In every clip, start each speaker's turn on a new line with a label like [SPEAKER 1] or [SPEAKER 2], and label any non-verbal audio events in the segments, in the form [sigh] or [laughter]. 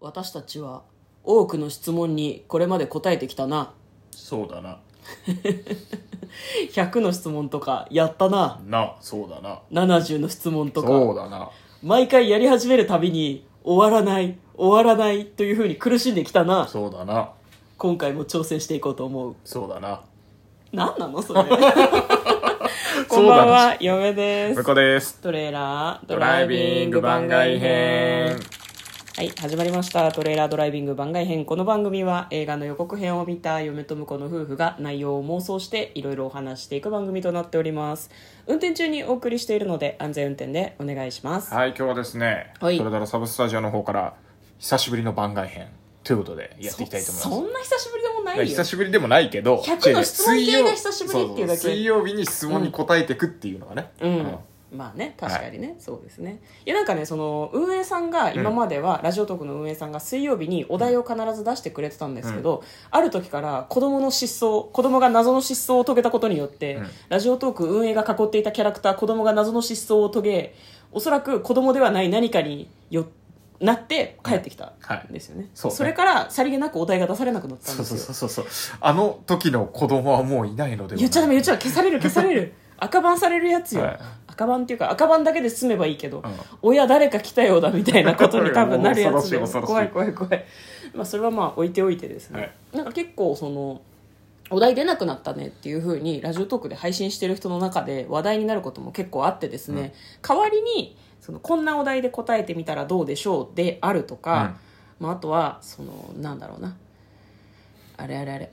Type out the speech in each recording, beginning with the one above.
[SPEAKER 1] 私たちは多くの質問にこれまで答えてきたな
[SPEAKER 2] そうだな
[SPEAKER 1] 100の質問とかやったな
[SPEAKER 2] なそうだな
[SPEAKER 1] 70の質問と
[SPEAKER 2] そ
[SPEAKER 1] か
[SPEAKER 2] うだな
[SPEAKER 1] 毎回やり始めるたびに終わらない終わらないというふうに苦しんできたな
[SPEAKER 2] そうだな
[SPEAKER 1] 今回も挑戦していこうと思う
[SPEAKER 2] そうだな
[SPEAKER 1] 何なの
[SPEAKER 2] [laughs]
[SPEAKER 1] それこんばんは嫁です
[SPEAKER 2] 向こうです
[SPEAKER 1] トレーラードライビング番外編はい始まりましたトレーラードライビング番外編この番組は映画の予告編を見た嫁と婿の夫婦が内容を妄想していろいろお話していく番組となっております運転中にお送りしているので安全運転でお願いします
[SPEAKER 2] はい今日はですねそ
[SPEAKER 1] はい
[SPEAKER 2] れからサブスタジオの方から久しぶりの番外編ということでやっていきたいと思い
[SPEAKER 1] そ
[SPEAKER 2] ます
[SPEAKER 1] そんな久しぶりでもないよ
[SPEAKER 2] 久しぶりでもないけど
[SPEAKER 1] 100の質問系が久しぶりっていうだけ
[SPEAKER 2] そそ水曜日に質問に答えてくっていうのがね
[SPEAKER 1] う、
[SPEAKER 2] うん
[SPEAKER 1] まあね確かにね、そうですねいやなんかねその運営さんが今までは、ラジオトークの運営さんが水曜日にお題を必ず出してくれてたんですけど、ある時から子供の失踪子供が謎の失踪を遂げたことによって、
[SPEAKER 2] ん
[SPEAKER 1] ラジオトーク運営が囲っていたキャラクター子供が謎の失踪を遂げおそらく子供ではない何かによなって帰ってきた
[SPEAKER 2] はい
[SPEAKER 1] んですよね,、
[SPEAKER 2] そうね
[SPEAKER 1] れからさりげなくお題が出されなくなったん
[SPEAKER 2] そ
[SPEAKER 1] で
[SPEAKER 2] う
[SPEAKER 1] すよ
[SPEAKER 2] そうそうそうそうあの時の子供はもういないのでは
[SPEAKER 1] 言っちゃダメ言っちゃ
[SPEAKER 2] ゃ
[SPEAKER 1] ダメ消される消される
[SPEAKER 2] [laughs]
[SPEAKER 1] 赤番されるやつよ、
[SPEAKER 2] はい
[SPEAKER 1] 赤番っていうか赤番だけで済めばいいけど、
[SPEAKER 2] うん
[SPEAKER 1] 親誰か来たようだみたいなことに多分なるやつで
[SPEAKER 2] [laughs] 恐ろしい恐ろしい
[SPEAKER 1] 怖い怖い怖い、まあ、それはまあ置いておいてですね、
[SPEAKER 2] はい
[SPEAKER 1] なんか結構そのお題出なくなったねっていう風にラジオトークで配信してる人の中で話題になることも結構あってですね、代わりにそのこんなお題で答えてみたらどうでしょうであるとか、まあ、あとはそのなんだろうなあれあれあれ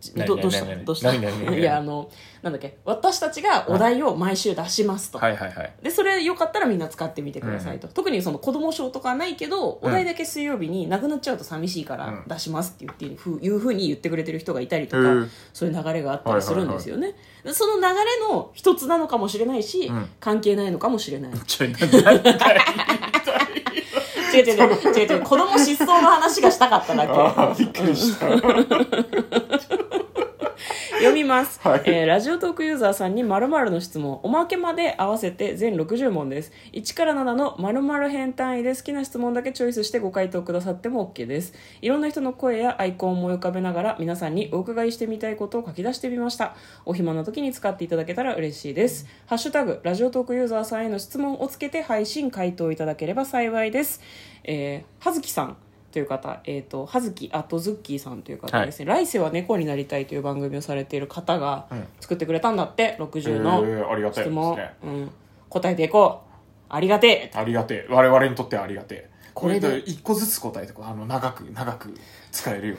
[SPEAKER 1] ち
[SPEAKER 2] 何
[SPEAKER 1] ど
[SPEAKER 2] 何
[SPEAKER 1] どうした
[SPEAKER 2] 何何
[SPEAKER 1] どうした
[SPEAKER 2] 何何何
[SPEAKER 1] いやあのなんだっけ私たちがお題を毎週出しますと、
[SPEAKER 2] はいはいはい
[SPEAKER 1] でそれよかったらみんな使ってみてくださいと、特にその子供賞とかはないけど、
[SPEAKER 2] うん
[SPEAKER 1] お題だけ水曜日になくなっちゃうと寂しいか
[SPEAKER 2] う
[SPEAKER 1] ら
[SPEAKER 2] ん
[SPEAKER 1] 出しますって言っていうふういうふうに言ってくれてる人がいたりと
[SPEAKER 2] へ
[SPEAKER 1] か、
[SPEAKER 2] ー
[SPEAKER 1] そういう流れがあったりするんですよね、でその流れの一つなのかもしれないし、
[SPEAKER 2] うん
[SPEAKER 1] 関係ないのかもしれない
[SPEAKER 2] ちょ何回
[SPEAKER 1] 違う違う違う違う違う子供失踪の話がしたかった
[SPEAKER 2] [laughs]
[SPEAKER 1] だけ
[SPEAKER 2] ああびっくりした
[SPEAKER 1] [laughs] 読みます、
[SPEAKER 2] はい
[SPEAKER 1] えーラジオトークユーザーさんに〇〇の質問おまけまで合わせて全60問です1から7の〇〇編単位で好きな質問だけチョイスしてご回答くださっても OK ですいろんな人の声やアイコンを思い浮かべながら皆さんにお伺いしてみたいことを書き出してみましたお暇な時に使っていただけたら嬉しいです「ハッシュタグラジオトークユーザーさんへの質問」をつけて配信回答いただければ幸いです、えー、はずきさんという方、えー、とはずきあとズッキーさんという方ですね、来世は猫になりたいという番組をされている方が
[SPEAKER 2] うん
[SPEAKER 1] 作ってくれたんだって、60
[SPEAKER 2] へ
[SPEAKER 1] の
[SPEAKER 2] ーありがた
[SPEAKER 1] 質
[SPEAKER 2] いです
[SPEAKER 1] 問、
[SPEAKER 2] ね
[SPEAKER 1] うん、答えていこうありがてえ
[SPEAKER 2] ありがてえ我々にとってはありがてえ
[SPEAKER 1] こ
[SPEAKER 2] こ
[SPEAKER 1] れ
[SPEAKER 2] れ
[SPEAKER 1] で
[SPEAKER 2] で一個ずつ答えてこうあの長く長く使えるよ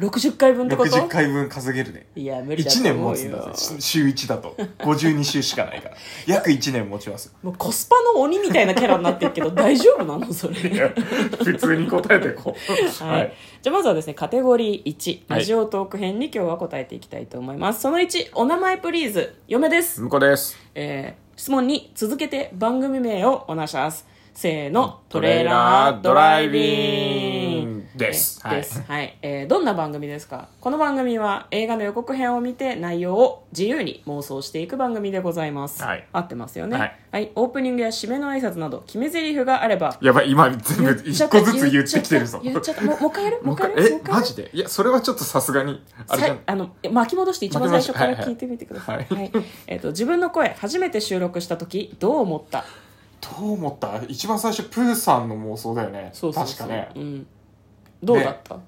[SPEAKER 1] 60回分っ
[SPEAKER 2] うに
[SPEAKER 1] てこと
[SPEAKER 2] 60回分稼げるね
[SPEAKER 1] いや無理だと
[SPEAKER 2] 1
[SPEAKER 1] 思うよ
[SPEAKER 2] 年持つんだぜし週1だと52週しかない
[SPEAKER 1] [laughs]
[SPEAKER 2] から約1年持ちます
[SPEAKER 1] もうコスパの鬼みたいなキャラになってる
[SPEAKER 2] [laughs]
[SPEAKER 1] けど大丈夫なのそれ
[SPEAKER 2] いや普通に答えてこ [laughs] う
[SPEAKER 1] はい、じゃあまずはですねカテゴリー1
[SPEAKER 2] はい
[SPEAKER 1] ラジオトーク編に今日は答えていきたいと思います、その1お名前プリーズ嫁です、
[SPEAKER 2] 向こうです
[SPEAKER 1] えー質問に続けて番組名をお願いしますせーの
[SPEAKER 2] トレーラードライビ
[SPEAKER 1] ング
[SPEAKER 2] ングです
[SPEAKER 1] はい、ですはいえーどんな番組ですかこの番組は映画の予告編を見て内容を自由に妄想していく番組でございます、
[SPEAKER 2] はい
[SPEAKER 1] 合ってますよね、
[SPEAKER 2] はい
[SPEAKER 1] オープニングや締めの挨拶など決め台詞があれば
[SPEAKER 2] やばい今全部
[SPEAKER 1] ちょ
[SPEAKER 2] 一
[SPEAKER 1] と
[SPEAKER 2] 個ずつ言ってきてるぞ
[SPEAKER 1] 言っちゃった言っちゃったもうもう一回やるもう
[SPEAKER 2] [laughs] もう
[SPEAKER 1] 一
[SPEAKER 2] 一
[SPEAKER 1] 回
[SPEAKER 2] 回
[SPEAKER 1] やるもう一回
[SPEAKER 2] え
[SPEAKER 1] や
[SPEAKER 2] マ
[SPEAKER 1] る
[SPEAKER 2] ジでいやそれはちょっとさすがにあれじゃ
[SPEAKER 1] さい
[SPEAKER 2] ん
[SPEAKER 1] あのえ巻き戻して一番最初から
[SPEAKER 2] 巻き戻
[SPEAKER 1] 聞
[SPEAKER 2] し
[SPEAKER 1] いてみてください、
[SPEAKER 2] はいはい
[SPEAKER 1] えー、と自分の声初めて収録した時どう思った
[SPEAKER 2] どう思った一番最初プーさんの妄想だよね
[SPEAKER 1] そうそうそう
[SPEAKER 2] 確かね
[SPEAKER 1] うん、どうだった、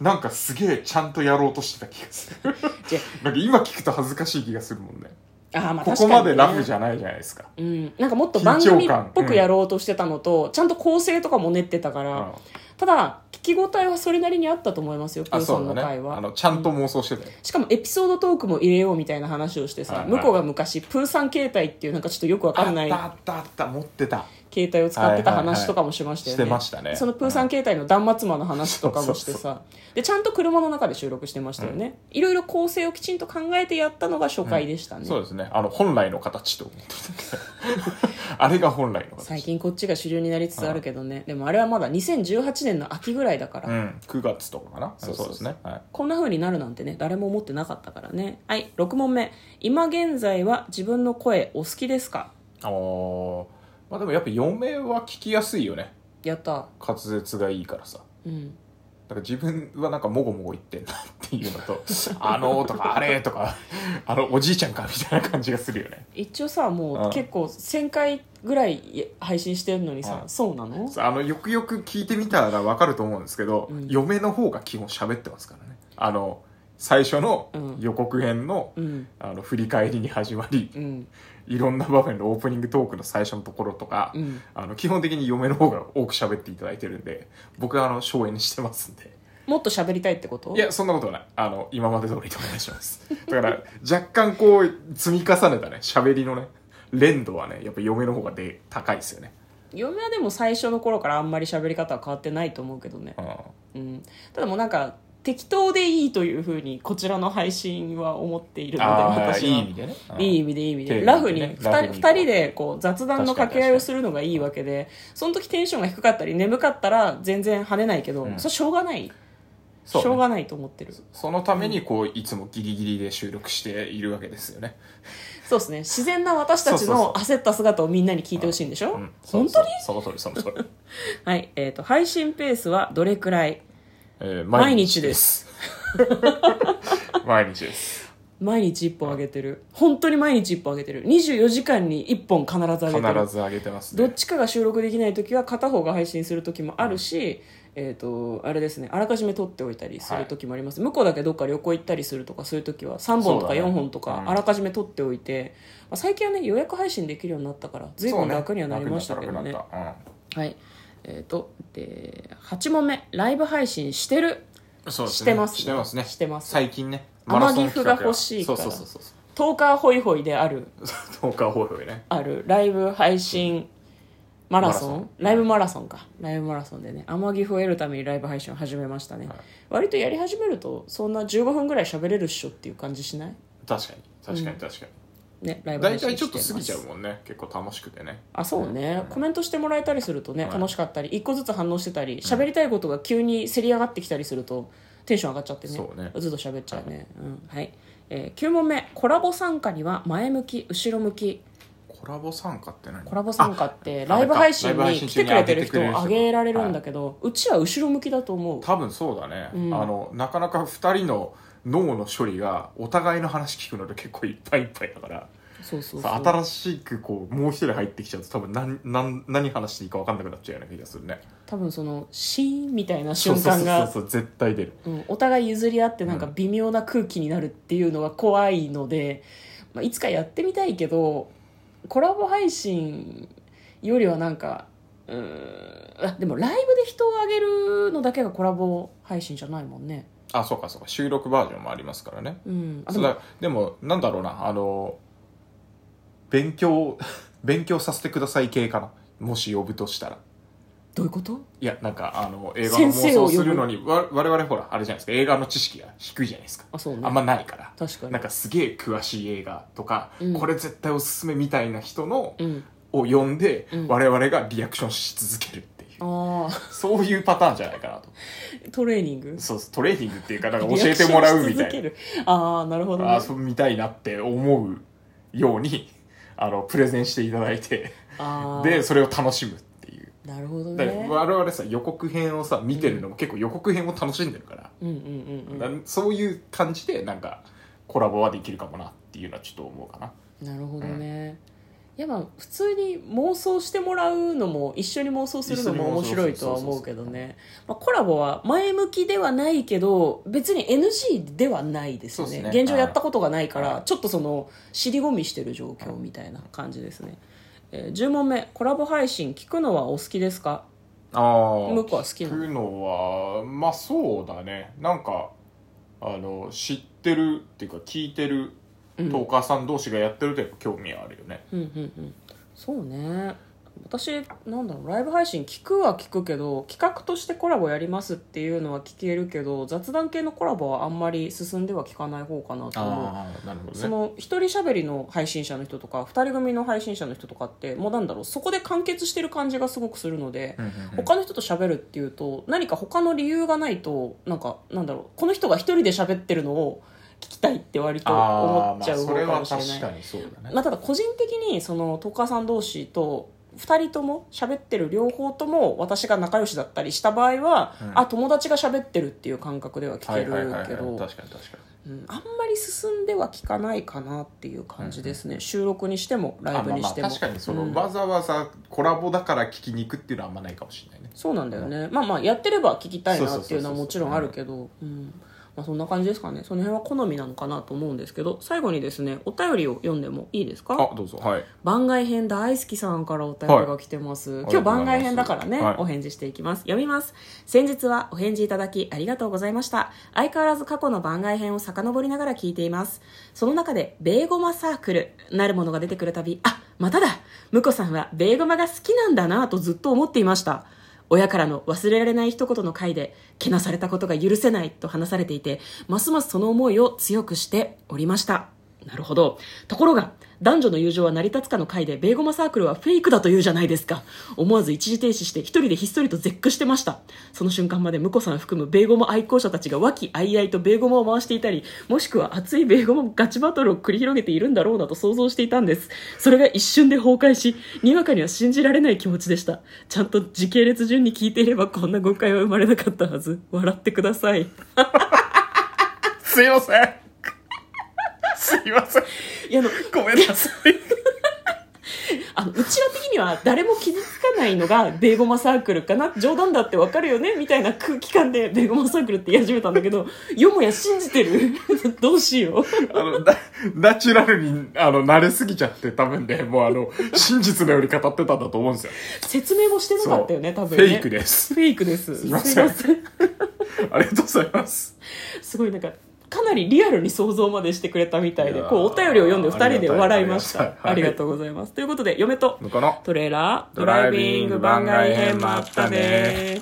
[SPEAKER 2] なんかすげえちゃんとやろうとしてた気がする
[SPEAKER 1] じゃ
[SPEAKER 2] なんか今聞くと恥ずかしい気がするもんね
[SPEAKER 1] あーまあ
[SPEAKER 2] こ
[SPEAKER 1] 確か
[SPEAKER 2] こ
[SPEAKER 1] にね
[SPEAKER 2] までラフじゃないじゃないですか
[SPEAKER 1] うん、なんかもっと番組っぽ
[SPEAKER 2] 緊張
[SPEAKER 1] く
[SPEAKER 2] 感
[SPEAKER 1] やろうとしてたのと、ちゃんと構成とかも練ってたから、
[SPEAKER 2] あ
[SPEAKER 1] ただ聞き応えはそれなりにあったと思いますよプー
[SPEAKER 2] あ
[SPEAKER 1] さ
[SPEAKER 2] そ
[SPEAKER 1] んの
[SPEAKER 2] うだ
[SPEAKER 1] 回
[SPEAKER 2] ね
[SPEAKER 1] は、
[SPEAKER 2] あのちゃんと妄想してたよ
[SPEAKER 1] しかもエピソードトークも入れようみたいな話をしてさ、
[SPEAKER 2] はいはい
[SPEAKER 1] 向こうが昔プーさん携帯っていうなんかちょっとよくわから
[SPEAKER 2] あ
[SPEAKER 1] な
[SPEAKER 2] っ
[SPEAKER 1] い
[SPEAKER 2] たあったあった持ってた
[SPEAKER 1] 携帯を使ってた話とかもしましたよね、
[SPEAKER 2] はいはいはいしてましたね
[SPEAKER 1] そのプーさん携帯の断末魔の話とかもしてさ
[SPEAKER 2] そうそ
[SPEAKER 1] でちゃんと車の中で収録してましたよね、いろいろ構成をきちんと考えてやったのが初回でしたね、
[SPEAKER 2] そうですねあの本来の形と思ってたあれが本来の
[SPEAKER 1] 最
[SPEAKER 2] 形
[SPEAKER 1] 近こっちが主流になりつつあるけどね、でもあれはまだ2018年の秋ぐらいだから、
[SPEAKER 2] うん9月とかかな
[SPEAKER 1] そ
[SPEAKER 2] そうう
[SPEAKER 1] そうそう
[SPEAKER 2] ですねはい
[SPEAKER 1] こんな風になるなんてね誰も思ってなかったからねはい6問目今現在は自分の声お好きですか
[SPEAKER 2] あーまあでもやっぱ嫁は聞きやすいよね
[SPEAKER 1] いやった
[SPEAKER 2] 滑舌がいいからさ
[SPEAKER 1] うん
[SPEAKER 2] だから自分はなんかもごもご言ってんなっていうのと [laughs] 「あの」とか「あれ」とか [laughs] 「あのおじいちゃんか」みたいな感じがするよね
[SPEAKER 1] [laughs] 一応さも
[SPEAKER 2] う
[SPEAKER 1] うん結構1000回ぐらい配信してるのにさ、
[SPEAKER 2] うん
[SPEAKER 1] そうなの
[SPEAKER 2] あのよくよく聞いてみたらわかると思うんですけど、
[SPEAKER 1] うん
[SPEAKER 2] 嫁の方が基本喋ってますからねあの最初の
[SPEAKER 1] うん
[SPEAKER 2] 予告編の,、
[SPEAKER 1] うん
[SPEAKER 2] あの振り返りに始まり
[SPEAKER 1] うん
[SPEAKER 2] いろんな場面のオープニングトークの最初のところとか、
[SPEAKER 1] うん
[SPEAKER 2] あの基本的に嫁の方が多く喋っていただいてるんで僕はあの省エネしてますんで
[SPEAKER 1] もっと喋りたいってこと
[SPEAKER 2] いやそんなことはないあの今まで通りでお願いします [laughs] だから若干こう積み重ねたね喋りのね連度はねやっぱ嫁の方がで高いですよね、
[SPEAKER 1] 嫁はでも最初の頃からあんまり喋り方は変わってないと思うけどね [laughs]
[SPEAKER 2] うん、
[SPEAKER 1] うん、ただもうなんか適当でいいというふうにこちらの配信は思っているので
[SPEAKER 2] ああ
[SPEAKER 1] 私
[SPEAKER 2] い
[SPEAKER 1] はい
[SPEAKER 2] 意味でねうん
[SPEAKER 1] いい意味でいい意味で
[SPEAKER 2] 丁寧にね
[SPEAKER 1] ラフに2
[SPEAKER 2] ラフに
[SPEAKER 1] 人二人でこう雑談の掛け合いをするのがいいわけでその時テンションが低かったり眠かったら全然跳ねないけど、
[SPEAKER 2] ん
[SPEAKER 1] それしょうがない、
[SPEAKER 2] そうね
[SPEAKER 1] しょうがないと思ってる
[SPEAKER 2] そのためにこういつもギリギリで収録しているわけですよね。
[SPEAKER 1] そうですね自然な私たち
[SPEAKER 2] そうそ
[SPEAKER 1] の
[SPEAKER 2] う
[SPEAKER 1] 焦った姿をみんなに聞いてほしいんでしょ、
[SPEAKER 2] うん、
[SPEAKER 1] 本
[SPEAKER 2] そ
[SPEAKER 1] 当
[SPEAKER 2] う
[SPEAKER 1] に
[SPEAKER 2] そうその通りその通り。
[SPEAKER 1] はいえー、と配信ペースはどれくらい
[SPEAKER 2] え
[SPEAKER 1] [laughs]
[SPEAKER 2] ー
[SPEAKER 1] 毎日で。す
[SPEAKER 2] [laughs] 毎日です。
[SPEAKER 1] 毎日1本あげてる本当に毎日1本あげてる24時間に1本必ずあげてる
[SPEAKER 2] 必ず上げてます
[SPEAKER 1] どっ
[SPEAKER 2] ね。
[SPEAKER 1] ちかが収録できない時は片方が配信する時もあるし、えー、とあれですねあらかじめ撮っておいたりする時もあります、向こうだけどっか旅行行ったりするとかそういう時は3本とか
[SPEAKER 2] そうだ
[SPEAKER 1] 4
[SPEAKER 2] ね
[SPEAKER 1] 本とか
[SPEAKER 2] うん
[SPEAKER 1] あらかじめ撮っておいて、まあ、最近はね予約配信できるようになったから随分楽にはなりましたけどね
[SPEAKER 2] 楽になった
[SPEAKER 1] はいえー、とで8問目ライブ配信してる
[SPEAKER 2] うんそうです
[SPEAKER 1] し
[SPEAKER 2] ね
[SPEAKER 1] てますね
[SPEAKER 2] してますね。
[SPEAKER 1] してます
[SPEAKER 2] 最近ね。
[SPEAKER 1] 天城
[SPEAKER 2] マラソン企画
[SPEAKER 1] が欲しいから
[SPEAKER 2] そうそうそうそ
[SPEAKER 1] 10日ホイホイである
[SPEAKER 2] [laughs] う。10日放送ね。
[SPEAKER 1] あるライブ配信マラソン
[SPEAKER 2] マラソン
[SPEAKER 1] ライブマラソンかライブマラソンでね天城増えるためにライブ配信を始めましたね、
[SPEAKER 2] はい
[SPEAKER 1] 割とやり始めるとそんな15分ぐらい喋れるっしょっていう感じしない
[SPEAKER 2] 確かに確かに確か
[SPEAKER 1] ねライ
[SPEAKER 2] に。
[SPEAKER 1] ブ
[SPEAKER 2] 大
[SPEAKER 1] 配信
[SPEAKER 2] 体ちょっ
[SPEAKER 1] して
[SPEAKER 2] と
[SPEAKER 1] ます
[SPEAKER 2] 過ぎちゃうもんね。結構楽しくてね。
[SPEAKER 1] あそうね、コメントしてもらえたりするとね、
[SPEAKER 2] はい
[SPEAKER 1] 楽しかったり一個ずつ反応してたり喋りたいことが急にせり上がってきたりするとテンション上がっちゃってね
[SPEAKER 2] そうね
[SPEAKER 1] ずっと喋っちゃうね、うんはいえー9問目コラボ参加には前向き後ろ向き
[SPEAKER 2] コラボ参加って何？
[SPEAKER 1] コラボ参加って
[SPEAKER 2] あ
[SPEAKER 1] ライブ配信
[SPEAKER 2] あれかライ
[SPEAKER 1] に
[SPEAKER 2] ブ配
[SPEAKER 1] 来て
[SPEAKER 2] 信
[SPEAKER 1] くれてる
[SPEAKER 2] 中
[SPEAKER 1] 人
[SPEAKER 2] に
[SPEAKER 1] をあ
[SPEAKER 2] 上げてくれる人
[SPEAKER 1] げられるんだけど、うちは後ろ向きだと思う
[SPEAKER 2] 多分そうだね、
[SPEAKER 1] ん
[SPEAKER 2] あのなかなか2人の脳の処理がお互いの話聞くので結構いっぱいいっぱいだから
[SPEAKER 1] そうそうそう
[SPEAKER 2] さ新しくこうもう一人入ってきちゃうと多分何何何話していいか分かんなくなっちゃうような気がするね
[SPEAKER 1] 多分そのシーンみたいな瞬間
[SPEAKER 2] そう
[SPEAKER 1] が
[SPEAKER 2] そうそうそう絶対出る
[SPEAKER 1] うんお互い譲り合ってなんか
[SPEAKER 2] うん
[SPEAKER 1] 微妙な空気になるっていうのが怖いので、まあ、いつかやってみたいけどコラボ配信よりはなんかうーんあでもライブで人をあげるのだけがコラボ配信じゃないもんね
[SPEAKER 2] あそうかそうか収録バージョンもありますからね
[SPEAKER 1] うんあで
[SPEAKER 2] そう
[SPEAKER 1] も
[SPEAKER 2] だでもなんだろうなあの勉強 [laughs] 勉強させてください系かなもし呼ぶとしたら
[SPEAKER 1] どういうこと
[SPEAKER 2] いやなんかあの映画の
[SPEAKER 1] 先
[SPEAKER 2] 妄
[SPEAKER 1] 生を呼ぶ
[SPEAKER 2] 想するのにわ我々ほらあれじゃないですか映画の知識が低いじゃないですか
[SPEAKER 1] あそうね
[SPEAKER 2] あんまないから
[SPEAKER 1] 確かに
[SPEAKER 2] なんかすげえ詳しい映画とか、
[SPEAKER 1] うん
[SPEAKER 2] これ絶対おすすめみたいな人の、
[SPEAKER 1] うん
[SPEAKER 2] を呼んで、
[SPEAKER 1] うん
[SPEAKER 2] 我々がリアクションし続けるっていう
[SPEAKER 1] あ
[SPEAKER 2] そういうパターンじゃないかなと
[SPEAKER 1] あ [laughs] トレーニング
[SPEAKER 2] そうそうトレーニングっていうかなんか教えてもらうみ
[SPEAKER 1] リ
[SPEAKER 2] た
[SPEAKER 1] アクションし続け
[SPEAKER 2] い
[SPEAKER 1] るああなるほど、ね、
[SPEAKER 2] なあそう見たいなって思うように [laughs] あのプレゼンしていただいて
[SPEAKER 1] あー
[SPEAKER 2] でそれを楽しむっていう
[SPEAKER 1] なるほど
[SPEAKER 2] だから
[SPEAKER 1] ね
[SPEAKER 2] 我々さ予告編をさ見てるのも結構予告編を楽しんでるから、
[SPEAKER 1] うんうんうんうん
[SPEAKER 2] なんそういう感じでなんかコラボはできるかもなっていうのはちょっと思うかな
[SPEAKER 1] なるほどね、いやまあ普通に妄想してもらうのも一緒に妄想するのも面白いとは思うけどね、まあ、コラボは前向きではないけど別に NG ではないですよね
[SPEAKER 2] そうですね
[SPEAKER 1] 現状やったことがないから
[SPEAKER 2] はい
[SPEAKER 1] ちょっとその尻込みしてる状況みたいな感じですね、えー10問目コラボ配信聞くのはお好きですか
[SPEAKER 2] ああ
[SPEAKER 1] 向こうは好きな
[SPEAKER 2] 聞
[SPEAKER 1] の
[SPEAKER 2] くのはまあそうだねなんかあの知ってるっていうか聞いてるト
[SPEAKER 1] ん
[SPEAKER 2] ーカーさん同士がやってるとやっぱ興味はあるよね、
[SPEAKER 1] うんうんうんそうね私なんだろうライブ配信聞くは聞くけど企画としてコラボやりますっていうのは聞けるけど雑談系のコラボはあんまり進んでは聞かない方かなと思う
[SPEAKER 2] あなるほ
[SPEAKER 1] その一人喋りの配信者の人とか二人組の配信者の人とかってもうなんだろうそこで完結してる感じがすごくするので、
[SPEAKER 2] うんうんうん
[SPEAKER 1] 他の人と喋るっていうと何か他の理由がないとなんかなんだろうこの人が一人で喋ってるのを聞きたいって割と思っちゃう方かもしれない、
[SPEAKER 2] にそうだ
[SPEAKER 1] まあ、ただ個人的にそのトーカーさん同士と2人とも喋ってる両方とも私が仲良しだったりした場合は、
[SPEAKER 2] うん
[SPEAKER 1] あ友達が喋ってるっていう感覚では聞
[SPEAKER 2] は
[SPEAKER 1] け
[SPEAKER 2] いはいはい
[SPEAKER 1] る
[SPEAKER 2] はい
[SPEAKER 1] け
[SPEAKER 2] 確か
[SPEAKER 1] ど
[SPEAKER 2] に確かに
[SPEAKER 1] うんあんまり進んでは聞かないかなっていう感じですね、収録にしてもライブにしても
[SPEAKER 2] あまあまあ確かにその、
[SPEAKER 1] うん
[SPEAKER 2] わざわざコラボだから聞きに行くっていうのはあんまないかもしれないね
[SPEAKER 1] そうなんだよね、まあまあやってれば聞きたいなっていうのは
[SPEAKER 2] そ
[SPEAKER 1] も
[SPEAKER 2] うそう
[SPEAKER 1] ち
[SPEAKER 2] そうそう
[SPEAKER 1] ろんあるけどうんまあそんな感じですかねその辺は好みなのかなと思うんですけど最後にですねお便りを読んでもいいですか
[SPEAKER 2] あどうぞはい
[SPEAKER 1] 番外編大好きさんからお便りが来てます、
[SPEAKER 2] い
[SPEAKER 1] 今日番外編だからね、
[SPEAKER 2] はい
[SPEAKER 1] お返事していきます読みます先日はお返事いただきありがとうございました相変わらず過去の番外編を遡りながら聞いていますその中でベーゴマサークルなるものが出てくるたびあまただムコさんはベーゴマが好きなんだなとずっと思っていました親からの忘れられない一言の回で、けなされたことが許せないと話されていて、ますますその思いを強くしておりました。なるほど。ところが、男女の友情は成り立つかの回で、ベーゴマサークルはフェイクだと言うじゃないですか。思わず一時停止して、一人でひっそりと絶句してました。その瞬間まで、ムコさん含むベーゴマ愛好者たちが和気あいあいとベーゴマを回していたり、もしくは熱いベーゴマガチバトルを繰り広げているんだろうなと想像していたんです。それが一瞬で崩壊し、にわかには信じられない気持ちでした。ちゃんと時系列順に聞いていれば、こんな誤解は生まれなかったはず。笑ってください。
[SPEAKER 2] すいませんすいません
[SPEAKER 1] いや、あの、
[SPEAKER 2] ごめんなさい
[SPEAKER 1] あのうちら的には誰も傷つかないのがベーゴマサークルかな冗談だってわかるよねみたいな空気感でベー [laughs] ゴマサークルって言い始めたんだけどよもや信じてる [laughs] どう [laughs] しよう
[SPEAKER 2] あの、ナナチュラルに、あの、慣れすぎちゃって、多分ね、もうあの、真実のように語ってたんだと思うんですよ。
[SPEAKER 1] 説明もしてなかったよね
[SPEAKER 2] そう
[SPEAKER 1] 多分ね
[SPEAKER 2] フェイクです
[SPEAKER 1] フェイクですす
[SPEAKER 2] いません
[SPEAKER 1] すいません
[SPEAKER 2] ありがとうございます。
[SPEAKER 1] すごいなんかかなりリアルに想像までしてくれたみたいで
[SPEAKER 2] いやー
[SPEAKER 1] こうお便りを読んで2人で笑いまし
[SPEAKER 2] あ
[SPEAKER 1] た
[SPEAKER 2] りがたい
[SPEAKER 1] あ
[SPEAKER 2] あ
[SPEAKER 1] り
[SPEAKER 2] り
[SPEAKER 1] が
[SPEAKER 2] が
[SPEAKER 1] とうございますということで嫁と
[SPEAKER 2] のかな
[SPEAKER 1] トレーラード
[SPEAKER 2] ドライビング番外編
[SPEAKER 1] ま
[SPEAKER 2] ま
[SPEAKER 1] っ
[SPEAKER 2] ったた
[SPEAKER 1] ね
[SPEAKER 2] ね